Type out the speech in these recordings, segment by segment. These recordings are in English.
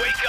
Wake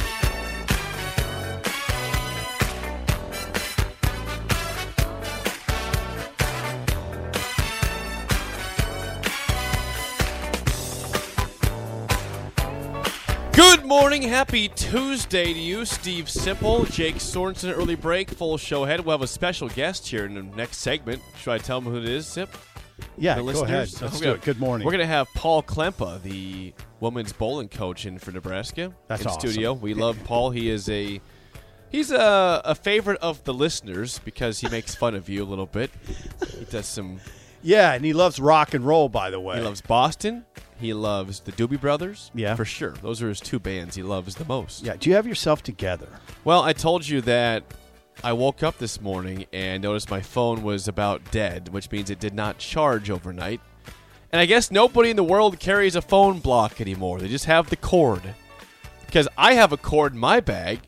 Good morning, happy Tuesday to you, Steve Sipple, Jake Sorensen. Early break, full show ahead. We'll have a special guest here in the next segment. Should I tell them who it is, Sip? Yeah, The go listeners? ahead. Let's Okay. do it. Good morning. We're gonna have Paul Klempa, the women's bowling coach in for Nebraska. That's in awesome. studio. We love Paul. He is a he's a, a favorite of the listeners because he makes fun of you a little bit. He does some. yeah, and he loves rock and roll, by the way. He loves Boston. He loves the Doobie Brothers. Yeah. for sure. Those are his two bands he loves the most. yeah, do you have yourself together? Well, I told you that I woke up this morning and noticed my phone was about dead, which means it did not charge overnight. And I guess nobody in the world carries a phone block anymore. They just have the cord. Because I have a cord in my bag.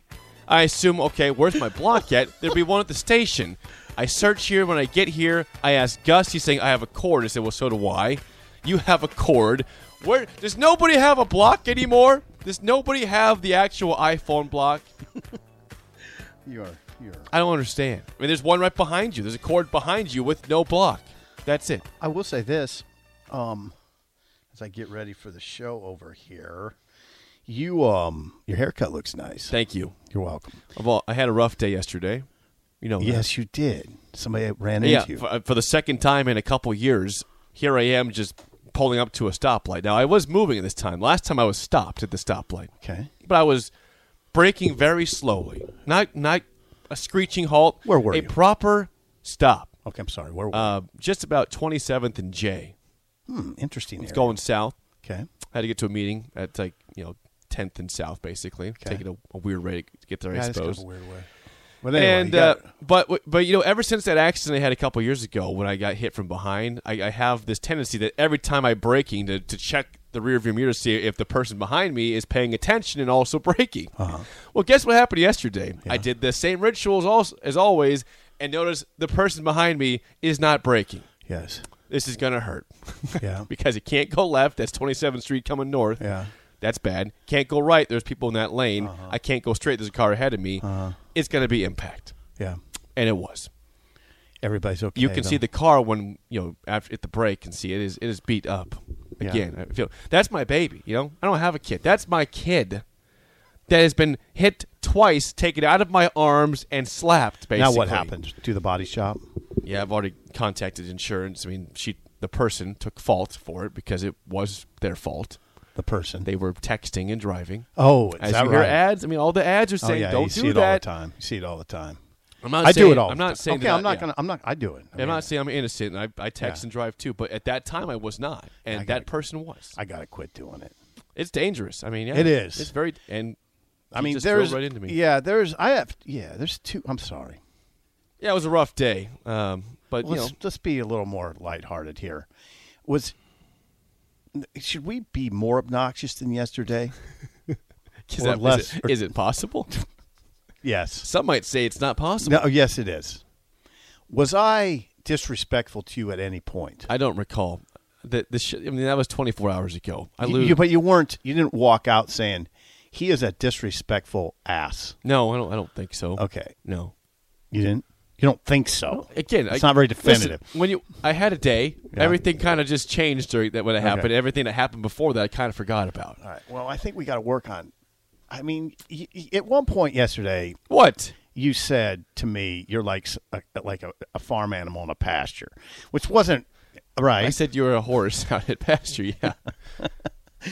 I assume, okay, where's my block yet? There'll be one at the station. I search here. When I get here, I ask Gus. He's saying, I have a cord. I said, well, so do I. You have a cord. Where does nobody have a block anymore? Does nobody have the actual iPhone block? You're, you're. I don't understand. I mean, there's one right behind you. There's a cord behind you with no block. That's it. I will say this, um, as I get ready for the show over here, you, um, your haircut looks nice. Thank you. you're welcome. Well, I had a rough day yesterday. You know. that. Yes, you did. Somebody ran Yeah. into you. For, for the second time in a couple years, here I am just pulling up to a stoplight. Now I was moving at this time. Last time I was stopped at the stoplight, okay. but I was braking very slowly. Not not a screeching halt. Where were a you? proper stop. Okay, I'm sorry. Where? Uh, just about 27th and J. hmm, interesting. It's area. going south. Okay. I had to get to a meeting at like you know 10th and South basically, taking a, a weird way to get there, I Yeah, that's kind suppose. of a weird way. But anyway, and you uh, got- but but you know, ever since that accident I had a couple years ago when I got hit from behind, I, I have this tendency that every time I'm braking to, to check the rear view mirror to see if the person behind me is paying attention and also braking. Uh-huh. Well, guess what happened yesterday? I did the same rituals also, as always, and noticed the person behind me is not braking. yes. This is gonna hurt. Yeah. because it can't go left. That's 27th Street coming north. Yeah. Uh-huh. That's bad. Can't go right. There's people in that lane. I can't go straight. There's a car ahead of me. It's going to be impact. Yeah. And it was. Everybody's okay. You can though. see the car when, you know, after at the break and see it is it is beat up. Yeah. Again, I feel that's my baby, you know? I don't have a kid. That's my kid that has been hit twice, taken out of my arms and slapped basically. Now what happens? Do the body shop? Yeah, I've already contacted insurance. I mean, she the person took fault for it because it was their fault. The person. they were texting and driving. Oh, is As that you hear right? ads, I mean, all the ads are Oh, saying, yeah, "Don't you do see it that." all the time. You see it all the time. I'm not I saying, do it all. I'm the not time. saying. Okay, that- I'm not yeah. gonna. I'm not. I do it. I I'm mean, not saying I'm innocent. I, I text Yeah. and drive too, but at that time I was not, and I that got- person was. I gotta quit doing it. it's dangerous. I mean, yeah, It is. It's very. And I he mean, just there's drove right into me. Yeah, there's. I have. Yeah, there's two. I'm sorry. yeah, it was a rough day. Um, but you Let's know, let's be a little more lighthearted here. Was should we be more obnoxious than yesterday? is, or that, is less- it- is it possible? yes. Some might say it's not possible. No. Yes, it is. Was I disrespectful to you at any point? I don't recall. The the sh- I mean, that was 24 hours ago. I You- lose. you- but you weren't. You didn't walk out saying he is a disrespectful ass. no, I don't. I don't think so. Okay. No. You didn't. You don't think so? again, it's I- not very listen, definitive. when you, I had a day. Everything kind of just changed during that when it happened. Everything that happened before that, I kind of forgot about. All right. Well, I think we got to work on. I mean, y- y- at one point yesterday, What? you said to me, "You're like s- a, like a, a farm animal in a pasture," which wasn't right. I said you were a horse out at pasture. Yeah.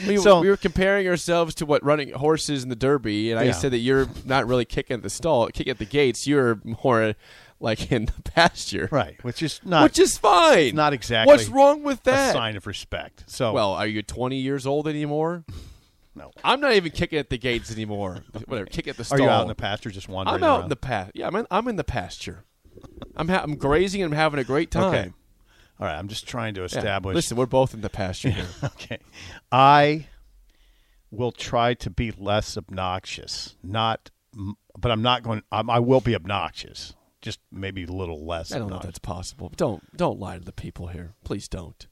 We, So- we were comparing ourselves to what running horses in the Derby, and I Yeah. said that you're not really kicking at the stall, kicking at the gates. You're more like in the pasture, right, which is not which is fine. not exactly What's wrong with a that? sign of respect. So Well, are you 20 years old anymore? Oh. No. I'm not even kicking at the gates anymore. Whatever, kick at the Are stall. you out in the pasture just wandering I'm out around? in the pasture. Yeah, I'm in, I'm in the pasture. I'm ha- I'm grazing and I'm having a great time. Okay. All right. I'm just trying to Yeah. establish. Listen, we're both in the pasture here. Okay. I will try to be less obnoxious. Not, m- but I'm not going. I'm, I will be obnoxious. Just maybe a little less. I don't know if obnoxious. that's possible. Don't don't lie to the people here. Please don't.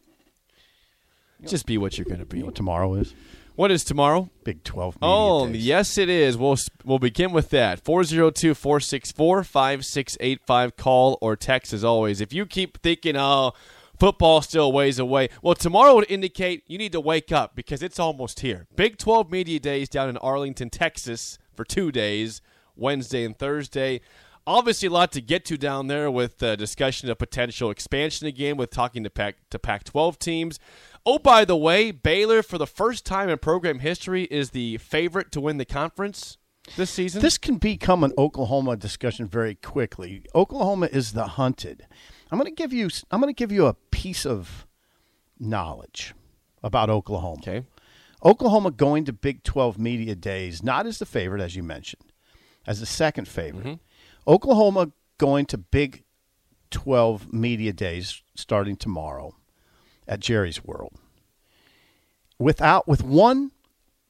Just be what you're going to be. You know what tomorrow is? What is tomorrow? Big Twelve. Media Oh, Days. yes, it is. We'll, s- we'll begin with that. 402 464 5685. Call or text as always. If you keep thinking, oh, football still ways away, well, tomorrow would indicate you need to wake up because it's almost here. Big 12 Media Days down in Arlington, Texas for two days, Wednesday and Thursday. Obviously, a lot to get to down there with uh, discussion of potential expansion again, with talking to Pac to Pac-12 teams. Oh, by the way, Baylor for the first time in program history is the favorite to win the conference this season. This can become an Oklahoma discussion very quickly. Oklahoma is the hunted. I'm going to give you. I'm going to give you a piece of knowledge about Oklahoma. okay, Oklahoma going to Big 12 media days, not as the favorite, as you mentioned, as the second favorite. Mm-hmm. Oklahoma going to Big 12 media days starting tomorrow at Jerry's World without with one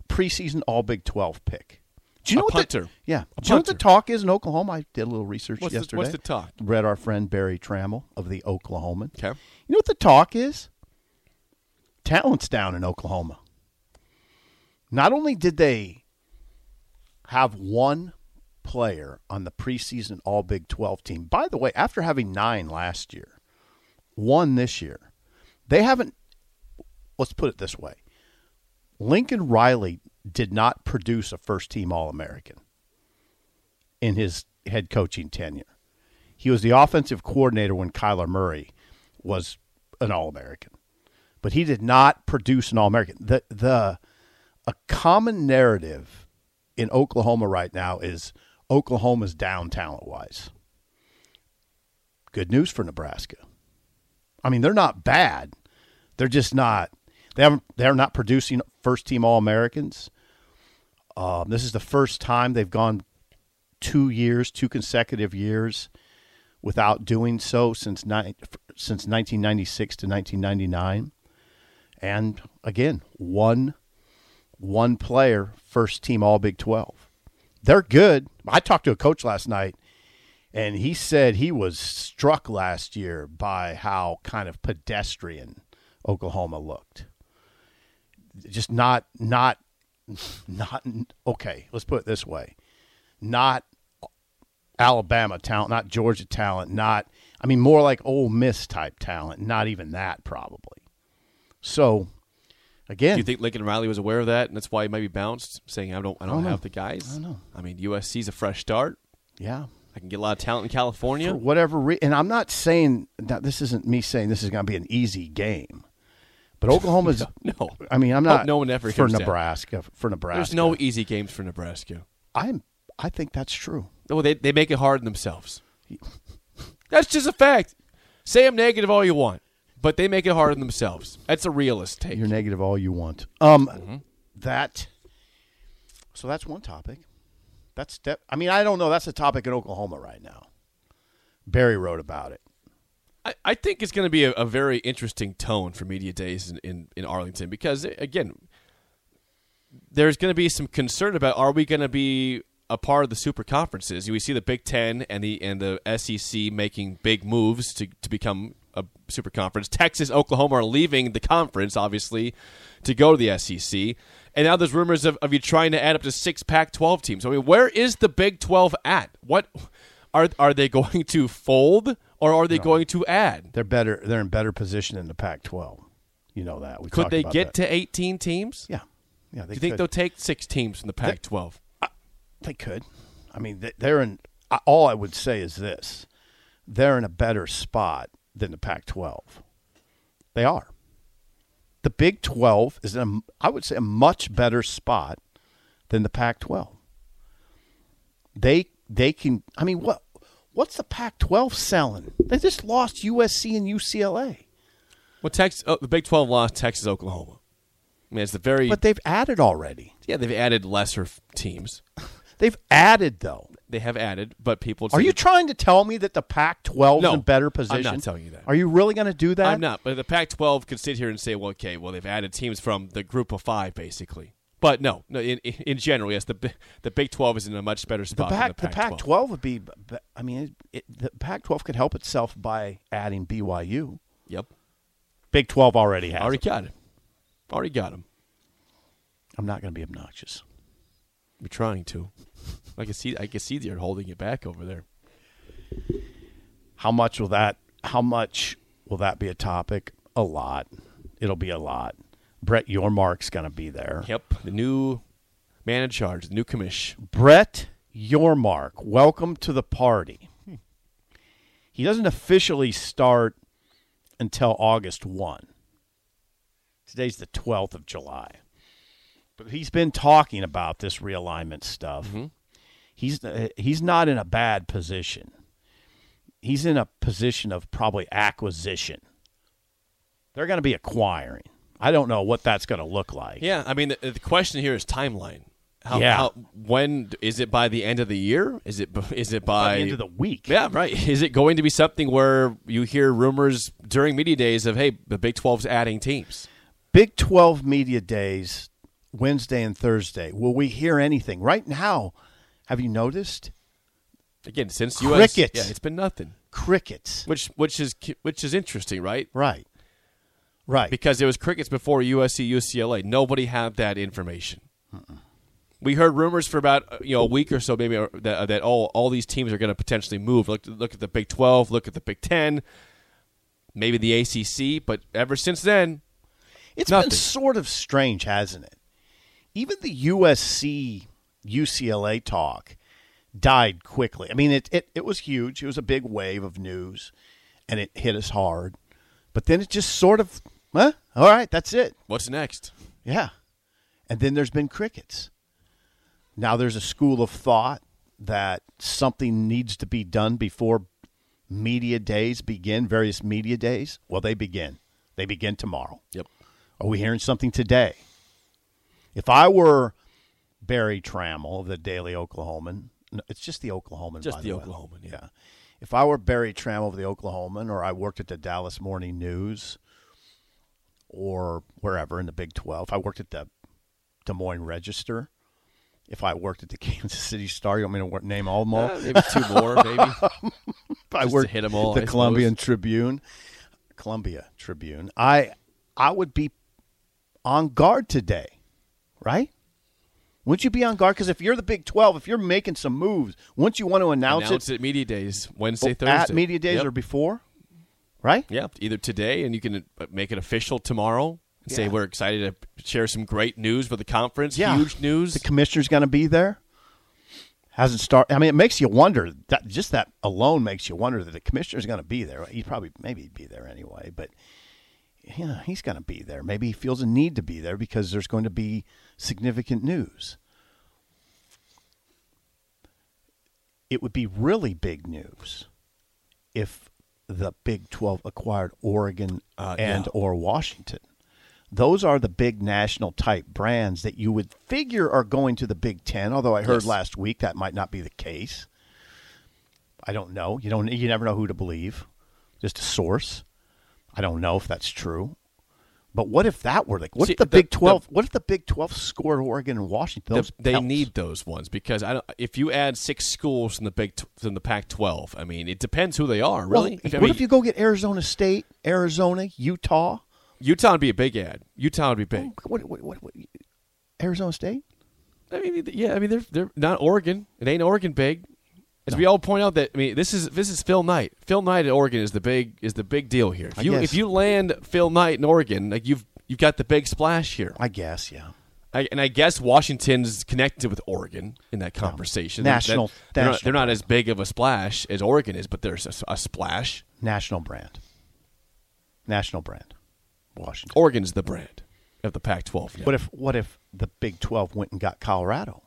preseason All Big 12 pick. Do A you know what punter. The, yeah. A Do you know what the punter. talk is in Oklahoma? I did a little research What's the- yesterday. what's the talk? Read our friend Barry Trammell of the Oklahoman. Okay. You know what the talk is? Talent's down in Oklahoma. Not only did they have one player on the preseason All Big 12 team, by the way, after having nine last year, one this year, they haven't, let's put it this way Lincoln Riley did not produce a first team All American in his head coaching tenure. He was the offensive coordinator when Kyler Murray was an All American, but he did not produce an All American. The the a common narrative in Oklahoma right now is Oklahoma's down talent wise. Good news for Nebraska. I mean, they're not bad. They're just not. They haven't. They're not producing first team All Americans. Um, this is the first time they've gone two years, two consecutive years, without doing so since ni- since 1996 to 1999. And again, one one player first team All Big 12. They're good. I talked to a coach last night, and he said he was struck last year by how kind of pedestrian Oklahoma looked. Just not not not okay. Let's put it this way: not Alabama talent, not Georgia talent, not I mean more like Ole Miss type talent. Not even that probably. So again, do you think Lincoln Riley was aware of that, and that's why he might be bounced, saying, "I don't, I don't, Oh, have the guys." I don't know. I mean, USC's a fresh start. yeah. I can get a lot of talent in California. for whatever reason. And I'm not saying that this isn't me saying this is going to be an easy game, but Oklahoma's. no, I mean, I'm Hope not. no one ever for hears that. Nebraska. For Nebraska, there's no e-, easy games for Nebraska. I'm. I think that's true. Oh, they, they make it hard on themselves. That's just a fact. Say I'm negative all you want, but they make it hard on themselves. That's a realist take. You're negative all you want. Um, Mm-hmm. that. So that's one topic. That's step. I mean, I don't know. That's a topic in Oklahoma right now. Barry wrote about it. I, I think it's going to be a, a very interesting tone for media days in, in, in Arlington because again, there's going to be some concern about are we going to be a part of the super conferences? We see the Big Ten and the and the SEC making big moves to to become a super conference. Texas, Oklahoma are leaving the conference, obviously, to go to the SEC. And now there's rumors of, of you trying to add up to six Pac-12 teams. I mean, where is the Big 12 at? What are are they going to fold or are they going to add? They're better. They're in better position in the Pac-12. You know that. We Could talked they about get that. to 18 teams? Yeah, yeah. They Do you think could. they'll take six teams from the Pac-12? They could. I mean, th- they're in. I- All I would say is this: they're in a better spot than the Pac-12. They are. The Big 12 is in, a m- I would say, a much better spot than the Pac-12. They they can. I mean, what what's the Pac-12 selling? They just lost USC and UCLA. Well, Texas, oh, the Big 12 lost Texas, Oklahoma. I mean, it's the very But they've added already. yeah. They've added lesser f- teams. They've added though. They have added, but people. Are you trying to tell me that the Pac-12 No, is in better I'm not position? telling you that. Are you really going to do that? I'm not. But the Pac-12 could sit here and say, "Well, okay, well they've added teams from the group of five, basically." But no, no. In in general, yes, the Bi- the Big 12 is in a much better The spot. Pac, the than Pac-12 would be. but- I mean, it, it, the Pac-12 could help itself by adding BYU. Yep, Big 12 already has. already it. got it. Already got them. I'm not going to be obnoxious. We're trying to. I can see. I can see they're holding it back over there. How much will that? How much will that be a topic? A lot. It'll be a lot. Brett Yormark's going to be there. Yep. The new man in charge, the new commish. Brett Yormark, welcome to the party. He doesn't officially start until August 1. Today's the 12th of July. But he's been talking about this realignment stuff. He's uh, he's not in a bad position. He's in a position of probably acquisition. They're going to be acquiring. I don't know what that's going to look like. Yeah, I mean, the, the question here is timeline. How, Yeah. How, when is it by the end of the year? Is it bef- is it by, By the end of the week. Yeah, right. Is it going to be something where you hear rumors during media days of hey, the Big 12's adding teams? Big 12 media days, Wednesday and Thursday. Will we hear anything? Right now, have you noticed? Again, since US, Crickets. yeah, it's been nothing. Crickets. Which which is ki- which is interesting, right? Right. Right. Because it was crickets before USC UCLA. Nobody had that information. We heard rumors for about uh, you know a week or so, maybe or that, that oh all these teams are going to potentially move. Look look at the Big Twelve, look at the Big Ten, maybe the ACC. But ever since then, It's Nothing. been sort of strange, hasn't it? Even the USC UCLA talk died quickly. I mean, it, it, it was huge. It was a big wave of news, and it hit us hard. But then it just sort of, huh? All right, that's it. what's next? Yeah. And then there's been crickets. Now there's a school of thought that something needs to be done before media days begin, various media days. Well, they begin. They begin tomorrow. Yep. Are we hearing something today? If I were Barry Trammell of the Daily Oklahoman, no, it's just the Oklahoman. Just by the way. Oklahoman, yeah. If I were Barry Trammell of the Oklahoman, or I worked at the Dallas Morning News, or wherever in the Big Twelve, if I worked at the Des Moines Register, if I worked at the Kansas City Star, you want me to wor- name all of them? all? Uh, maybe two more, maybe. If I Just to worked hit 'em all, the I suppose. Columbian Tribune, Columbia Tribune. I I would be on guard today, right? Wouldn't you be on guard? Because if you're the Big Twelve, if you're making some moves, wouldn't you want to announce, Announce it media days Wednesday, it Thursday at media days Yep. or before? Right? Yep, either today and you can uh, make it official tomorrow and say Yeah. we're excited to share some great news for the conference. Yeah. Huge news. The commissioner's going to be there. Hasn't started. I mean, it makes you wonder. That just that alone makes you wonder that the commissioner's going to be there. He probably maybe he'd be there anyway, but you know, he's going to be there. Maybe he feels a need to be there because there's going to be significant news. It would be really big news if the Big 12 acquired Oregon Uh, and yeah. or Washington. Those are the big national type brands that you would figure are going to the Big 10, although I heard Yes. last week that might not be the case. I don't know. You don't you never know who to believe. Just a source. I don't know if that's true. But what if that were like? What See, if the, the- Big Twelve? what if the Big Twelve scored Oregon and Washington? The- Those they counts. need those ones because I don't, if you add six schools from the Big Tw- from the Pac-12, I mean it depends who they are Well, really. what I mean, if you go get Arizona State, Arizona, Utah? Utah would be a big ad. Utah would be big. What? What? What? what Arizona State? I mean, yeah, I mean they're they're not Oregon. It ain't Oregon big. As we all point out that I mean this is this is Phil Knight. Phil Knight at Oregon is the big is the big deal here. If you guess. if you land Phil Knight in Oregon, like you've you've got the big splash here. I guess. Yeah. I, and I guess Washington's connected with Oregon in that conversation. That- National- that- they're, not, national they're not as big of a splash as Oregon is, but there's a, s- a splash. National brand. National brand. Washington. Oregon's the brand of the Pac-12. now. What if? What if the Big Twelve went and got Colorado?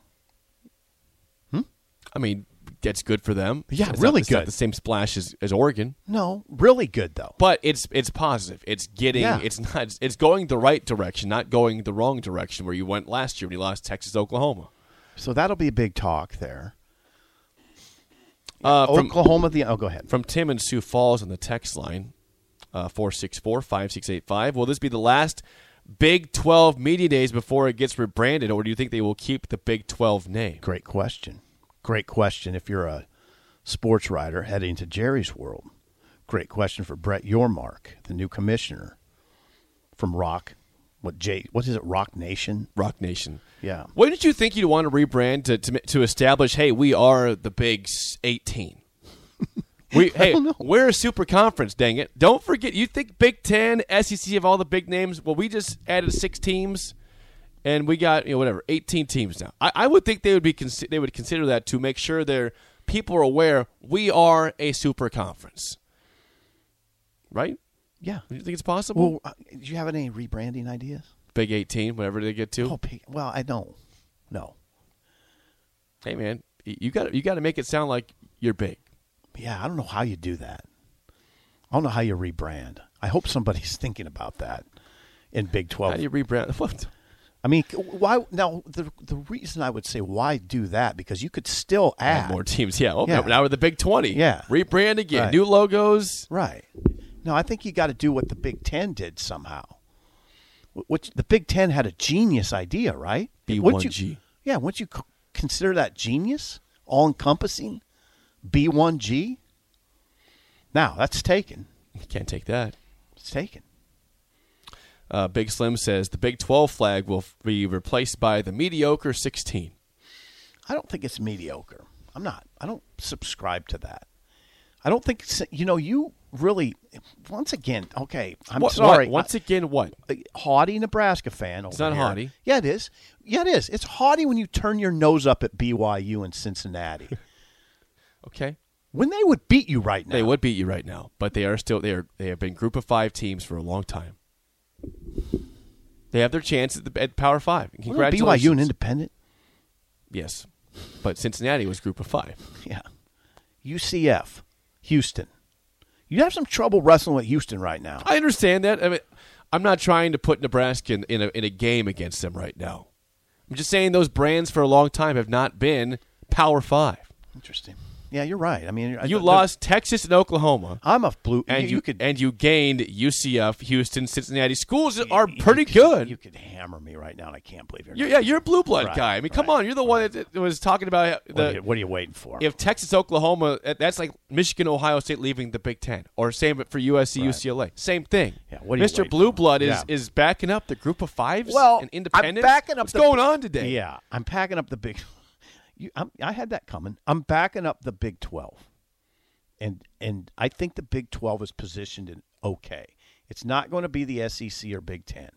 I mean, that's good for them. Yeah, It's really not, it's not good. the same splash as, as Oregon, No, really good though. but it's it's positive. It's getting Yeah. it's not it's going the right direction, not going the wrong direction where you went last year when you lost Texas Oklahoma. So that'll be a big talk there. Uh, from, Oklahoma, the oh, go ahead. from Tim in Sioux Falls on the text line, uh, 464-5685. Will this be the last Big 12 media days before it gets rebranded, or do you think they will keep the Big 12 name? Great question. Great question. If you're a sports writer heading to Jerry's world, great question for Brett Yormark, the new commissioner from Rock. What J? What is it? Rock Nation. Rock Nation. Yeah. What did you think you'd want to rebrand to, to, to establish, hey, we are the Big S- 18? We, hey, don't know. we're a super conference, dang it. Don't forget, you think Big Ten, SEC have all the big names? Well, we just added six teams, and we got, you know, whatever, 18 teams now. I, I would think they would, be consi- they would consider that to make sure their people are aware we are a super conference. Right? Yeah. Do you think it's possible? Well, uh, do you have any rebranding ideas? big 18, whatever they get to. Oh, pe- well, I don't. No. Hey, man, y- you got you got to make it sound like you're big. Yeah, I don't know how you do that. I don't know how you rebrand. I hope somebody's thinking about that in Big Twelve. How do you rebrand? What? I mean, why now? The the reason I would say why do that because you could still add Add more teams. Yeah. Oh, Yeah. Now we're the Big 20. Yeah. Rebrand again. Right. New logos. Right. No, I think you got to do what the Big Ten did somehow. Wh- Which the Big Ten had a genius idea, right? B1G. Wouldn't you- Yeah, wouldn't you c- consider that genius, all encompassing, B one G? Now that's taken. You can't take that. It's taken. Uh, Big Slim says the Big 12 flag will f- be replaced by the mediocre 16. I don't think it's mediocre. I'm not. I don't subscribe to that. I don't think it's- you know. You really, once again. Okay, I'm What- sorry. what- Once again, what? haughty Nebraska fan. It's not haughty. Yeah, it is. Yeah, it is. It's haughty when you turn your nose up at BYU and Cincinnati Okay. when they would beat you right now. They would beat you right now, but they are still they are they have been group of five teams for a long time. They have their chance at, the, at Power Five. Wasn't Congratulations. BYU an independent. yes, but Cincinnati was group of five. Yeah. UCF, Houston. You have some trouble wrestling with Houston right now. I understand that. I mean, I'm not trying to put Nebraska in, in, a, in a game against them right now. I'm just saying those brands for a long time have not been Power Five. Interesting. Yeah, you're right. I mean, I- You I- lost Texas and Oklahoma, I'm a blue. and you, could and you gained UCF, Houston, Cincinnati. Schools that are pretty good. You could hammer me right now, and I can't believe you're. You're- yeah, you're a blue blood Right, guy. I mean, come right, on, you're the one that was talking about what, are you, the what are you waiting for? if Texas, Oklahoma. uh, That's like Michigan, Ohio State leaving the Big Ten, or same for USC, UCLA. Same thing. Yeah, what are you Mr. waiting Blue for? Blood is Yeah. is backing up the group of fives. Well, and I'm independent. backing up What's the- going on today? Yeah, I'm packing up the big. You, I'm, I had that coming. I'm backing up the Big Twelve, and and I think the Big Twelve is positioned in okay. It's not going to be the SEC or Big Ten,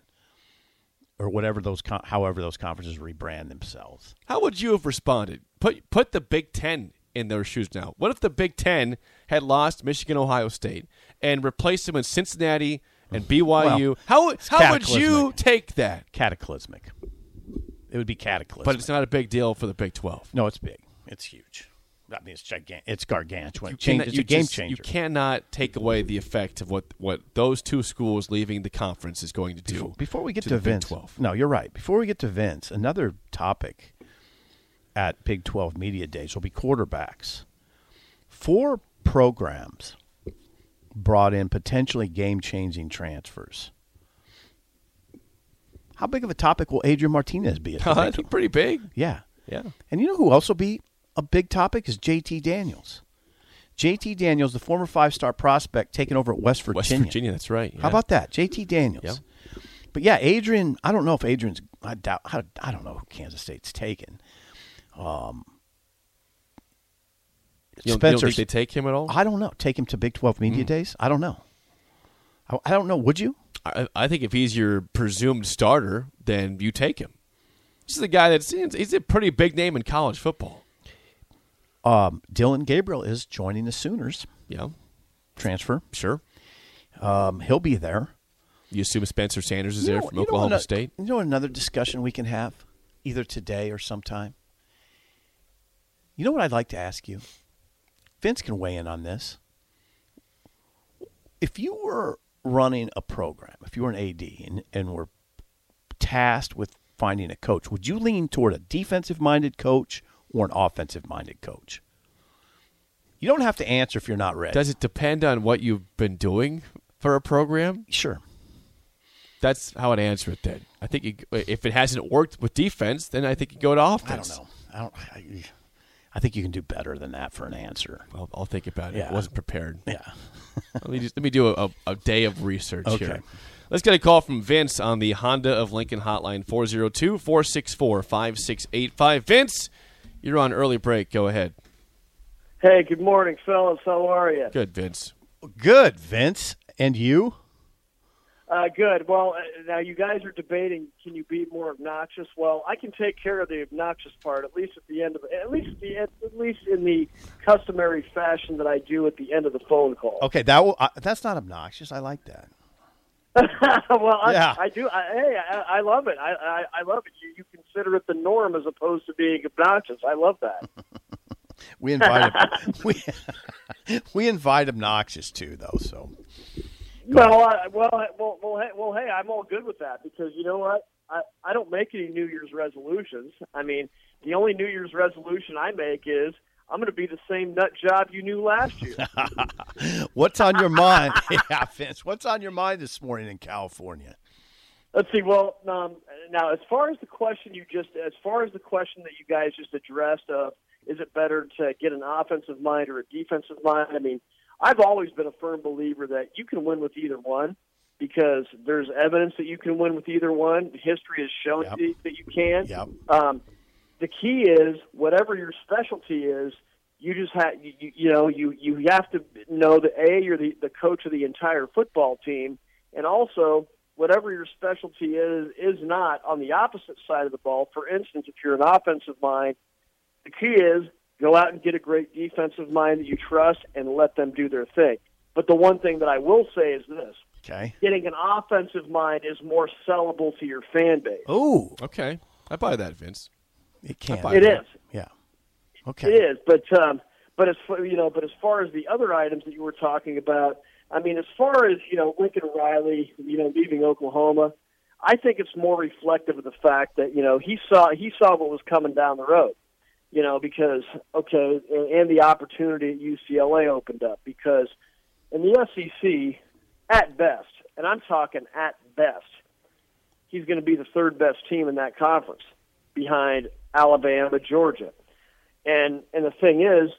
or whatever those con- however those conferences rebrand themselves. How would you have responded? Put put the Big Ten in their shoes now. What if the Big Ten had lost Michigan, Ohio State, and replaced them with Cincinnati and BYU? Well, how how would cataclysmic. you take that? Cataclysmic. It would be cataclysmic. But it's not a big deal for the Big Twelve. no, it's big. It's huge. I mean, it's gigantic. It's gargantuan. You It changes. cannot- It's you a game just- changer. You cannot take away the effect of what, what those two schools leaving the conference is going to do. Before we get to, the Big Vince, 12. no, you're right. Before we get to Vince, another topic at Big 12 Media Days will be quarterbacks. Four programs brought in potentially game-changing transfers. How big of a topic will Adrian Martinez be? At the Big That's pretty big. yeah. Yeah. And you know who else will be a big topic is JT Daniels. JT Daniels, the former five star prospect taken over at West Virginia. West Virginia, that's right. yeah. How about that? JT Daniels. But yeah, Adrian, I don't know if Adrian's I doubt I, I don't know who Kansas State's taken. Um, you don't, you don't Spencer? think they take him at all? Mm. I don't know. Take him to Big 12 media days? I don't know. I, I don't know. Would you? I, I think if he's your presumed starter, then you take him. This is a guy that's he's a pretty big name in college football. Um, Dylan Gabriel is joining the Sooners Yeah, transfer. sure. Um, he'll be there. You assume Spencer Sanders is You there know- from you know Oklahoma ano- State. You know another discussion we can have, either today or sometime. You know what I'd like to ask you? Vince can weigh in on this. If you were running a program, if you were an AD and, and were tasked with finding a coach, would you lean toward a defensive minded coach or an offensive minded coach? You don't have to answer if you're not ready. Does it depend on what you've been doing for a program? sure. That's how I'd answer it. Then I think you, if it hasn't worked with defense, then I think you go to offense. I don't know. I don't. I, I think you can do better than that for an answer. I'll, I'll think about it. Yeah. I wasn't prepared. Yeah. let me just let me do a, a day of research Okay. here. Let's get a call from Vince on the Honda of Lincoln hotline 402-464-5685. Vince, you're on early break. Go ahead. Hey, good morning, fellas. How are you? Good, Vince. Good, Vince. And you? Uh, good. Well, uh, now you guys are debating can you be more obnoxious? Well, I can take care of the obnoxious part at least at the end of at least at the at least in the customary fashion that I do at the end of the phone call. Okay, that will, uh, that's not obnoxious. I like that. well, I, Yeah. I do. I, hey, I, I love it. I, I, I love it. You, you consider it the norm as opposed to being obnoxious. I love that. We invite we we invite obnoxious too, though. So Well, I, well, I- well, well, hey, well, hey, I'm all good with that because you know what? I, I don't make any New Year's resolutions. I mean, the only New Year's resolution I make is I'm going to be the same nut job you knew last year. what's on your mind? yeah, Vince. What's on your mind this morning in California? Let's see. Well, um, now as far as the question you just, as far as the question that you guys just addressed of, is it better to get an offensive mind or a defensive mind? I mean, I've always been a firm believer that you can win with either one because there's evidence that you can win with either one. History has shown Yep. you that you can. Yep. Um, the key is whatever your specialty is, you just have you, you- you know you you have to know that a you're the the coach of the entire football team, and also whatever your specialty is is not on the opposite side of the ball. For instance, if you're an offensive mind, the key is go out and get a great defensive mind that you trust and let them do their thing. But the one thing that I will say is this: Okay. getting an offensive mind is more sellable to your fan base. Oh, Okay. I buy that, Vince. it can. buy It is. Yeah. Okay. It is, but um, but as far, you know, but as far as the other items that you were talking about, I mean, as far as you know, Lincoln Riley, you know, leaving Oklahoma, I think it's more reflective of the fact that you know he saw he saw what was coming down the road, you know, because okay, and, and the opportunity at UCLA opened up because in the SEC, at best, and I'm talking at best, he's going to be the third best team in that conference behind Alabama, Georgia. And and the thing is,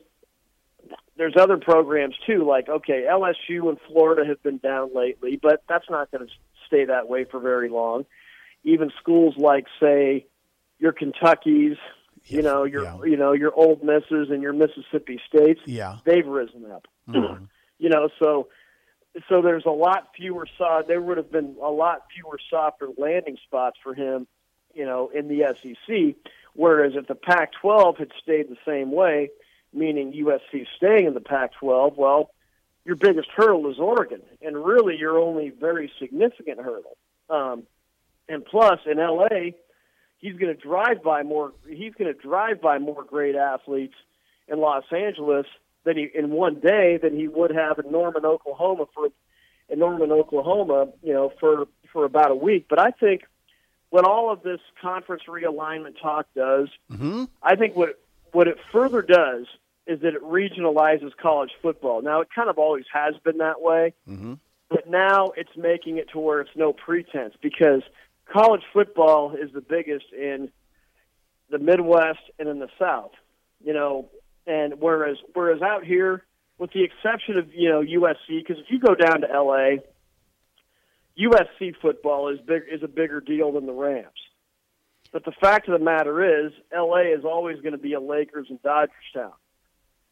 there's other programs too. Like okay, LSU and Florida have been down lately, but that's not going to stay that way for very long. Even schools like say your Kentucky's, you Yes, know your yeah. you know your Old Misses and your Mississippi States, Yeah. they've risen up. you know, so so there's a lot fewer soft. There would have been a lot fewer softer landing spots for him, you know, in the SEC. Whereas if the Pac-12 had stayed the same way, meaning USC staying in the Pac-12, well, your biggest hurdle is Oregon, and really your only very significant hurdle. Um, and plus, in LA, he's going to drive by more. He's going to drive by more great athletes in Los Angeles than he in one day than he would have in Norman, Oklahoma for in Norman, Oklahoma. You know, for for about a week. But I think what all of this conference realignment talk does, I think what what it further does is that it regionalizes college football. Now, it kind of always has been that way but now it's making it to where it's no pretense because college football is the biggest in the Midwest and in the South, you know, and whereas whereas out here, with the exception of you know USC, because if you go down to LA, USC football is big is a bigger deal than the Rams. But the fact of the matter is, LA is always going to be a Lakers and Dodgers town.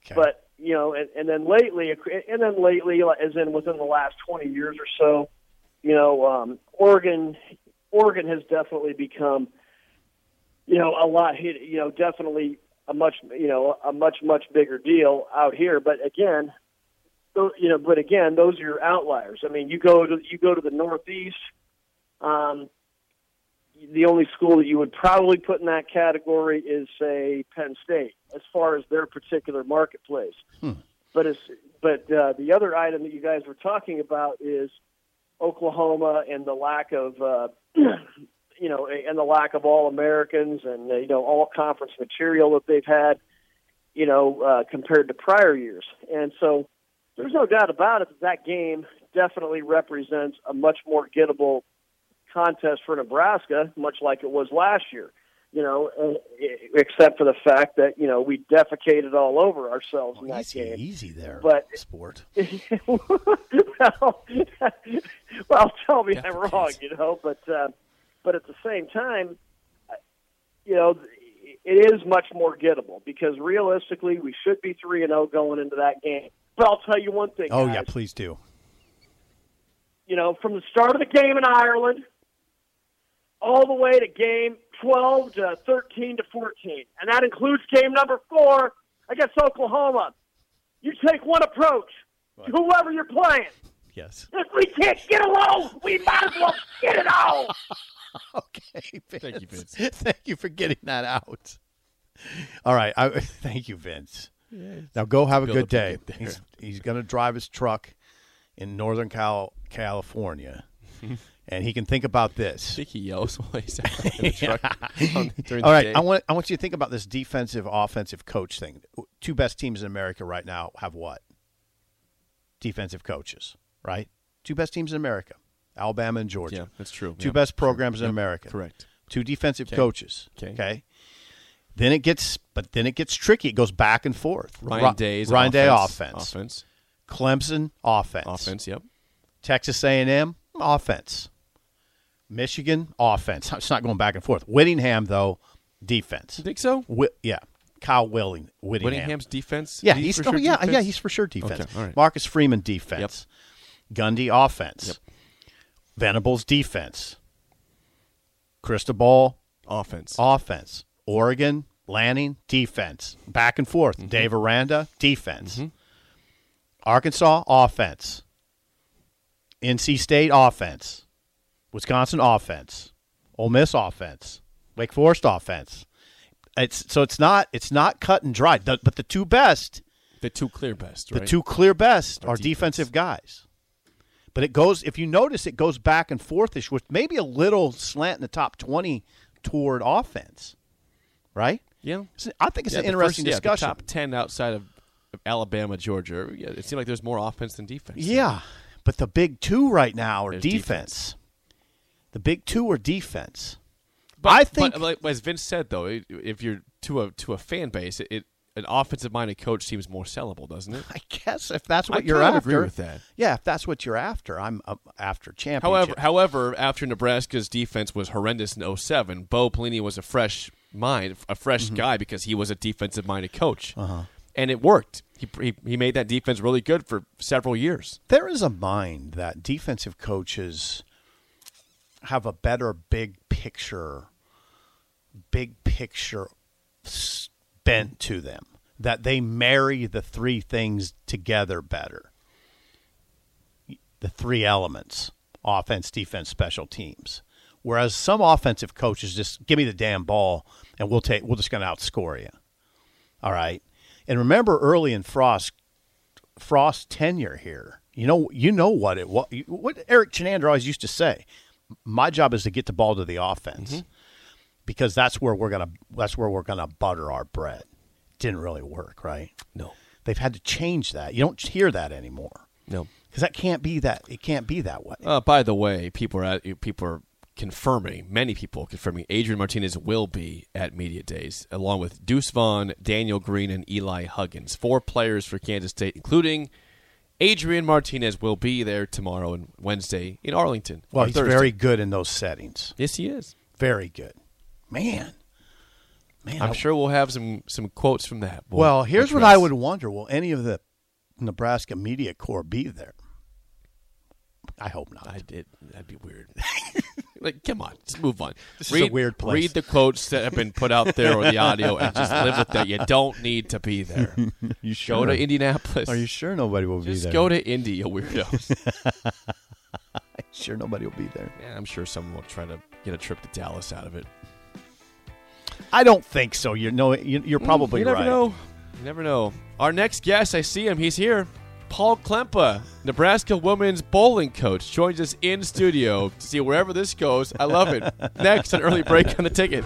Okay. But you know, and, and then lately, and then lately, as in within the last twenty years or so, you know, um, Oregon, Oregon has definitely become, you know, a lot, you know, definitely a much, you know, a much much bigger deal out here. But again, tho- you know, but again, those are your outliers. I mean, you go to you go to the Northeast, um, the only school that you would probably put in that category is say Penn State as far as their particular marketplace. But it's but uh, the other item that you guys were talking about is Oklahoma and the lack of uh, you know and the lack of all Americans and uh, you know all conference material that they've had you know uh, compared to prior years. And so there's no doubt about it that that game definitely represents a much more gettable contest for Nebraska, much like it was last year. You know, and- except for the fact that you know we defecated all over ourselves in that easy, game. easy there, But- sport. well, well, tell me I'm Defecate. wrong, you know, but uh, but at the same time, I- you know, it is much more gettable because realistically, we should be three and zero going into that game. But I'll tell you one thing. Oh guys, yeah, please do. you know, from the start of the game in Ireland all the way to game 12 to 13 to 14. And that includes game number four against Oklahoma. You take one approach to whoever you're playing. Yes. If we can't get along, we might as well get it all. Okay. Thank you, Vince. thank you for getting that out. All right. I, thank you, Vince. now go have a build good up a day. good there. He's, he's going to drive his truck in Northern Cal- California, and he can think about this. think he yells while he's out in the truck on- during All the right, day. I want I want you to think about this defensive offensive coach thing. Two best teams in America right now have what? Defensive coaches, right? Two best teams in America, Alabama and Georgia. yeah, that's true. Two yeah. best programs in America. Correct. Two defensive Okay. coaches. Okay. Then it gets, but then it gets tricky. It goes back and forth. Ryan Ro- Day's Ryan Day offense, offense. Offense. Clemson offense. Offense, yep. Texas A&M offense. Michigan offense. It's not going back and forth. Whittingham though, defense. You think so? Wi- yeah, Kyle Willing, Whittingham. Whittingham's defense? yeah, He's he's for oh, sure yeah, defense? yeah, he's for sure defense. Okay, all right. Marcus Freeman defense. Gundy offense. Venables defense. Cristobal offense. offense. Oregon Lanning defense. Back and forth. Dave Aranda defense. Arkansas offense. NC State offense. Wisconsin offense. Ole Miss offense. Wake Forest offense. It's so it's not it's not cut and dry. The- but the two best, the two clear best, the right? two clear best are, defense. defensive guys. But it goes if you notice it goes back and forthish with maybe a little slant in the top 20 toward offense. Right? Yeah. So I think it's Yeah, an the interesting first- yeah, the discussion. top 10 outside of of Alabama, Georgia. Yeah, it seemed like there's more offense than defense. Yeah, but the big two right now are There's defense. defense. The big two are defense. But, I think- but like, as Vince said, though, it, if you're to a to a fan base, it, it an offensive minded coach seems more sellable, doesn't it? I guess if that's what I you're kind of after, agree with that. Yeah, if that's what you're after, I'm uh, after championship. However, however, after Nebraska's defense was horrendous in 07, Bo Pelini was a fresh mind, a fresh Mm-hmm. guy because he was a defensive minded coach, Uh-huh. and it worked. He, he he made that defense really good for several years. there is a mind that defensive coaches have a better big picture big picture s- bent to them that they marry the three things together better the three elements offense defense special teams whereas some offensive coaches just give me the damn ball and we'll take we're just going to outscore you all right and remember early in frost Frost's tenure here. You know, you know what it was. What Eric Chenander always used to say: "My job is to get the ball to the offense, because that's where we're gonna that's where we're gonna butter our bread." Didn't really work, right? No, They've had to change that. You don't hear that anymore no. because that can't be that. It can't be that way. Uh, by the way, people are at, people are confirming. Many people are confirming Adrian Martinez will be at media days, along with Deuce Vaughn, Daniel Green, and Eli Huggins. Four players for Kansas State, including Adrian Martinez, will be there tomorrow and Wednesday in Arlington. well, or he's Thursday. very good in those settings. yes, he is. Very good, man. Man, I'm I- sure we'll have some some quotes from that. We'll- Well, here's we'll what I address. would wonder: Will any of the Nebraska media corps be there? I hope not. I did. That'd be weird. like, come on, just move on. This is a weird place. Read the quotes that have been put out there or the audio, and just live with that. You don't need to be there. you Go Oh, to Indianapolis. Are you sure nobody will be just there? go to Indy, you weirdos. sure nobody will be there. Yeah, I'm sure someone will try to get a trip to Dallas out of it. I don't think so. You're no, you- you're probably Mm, you never right. know. You never know. Our next guest, I see him. He's here. Paul Klempa, Nebraska women's bowling coach, joins us in studio to see wherever this goes. I love it. next, an early break on the ticket.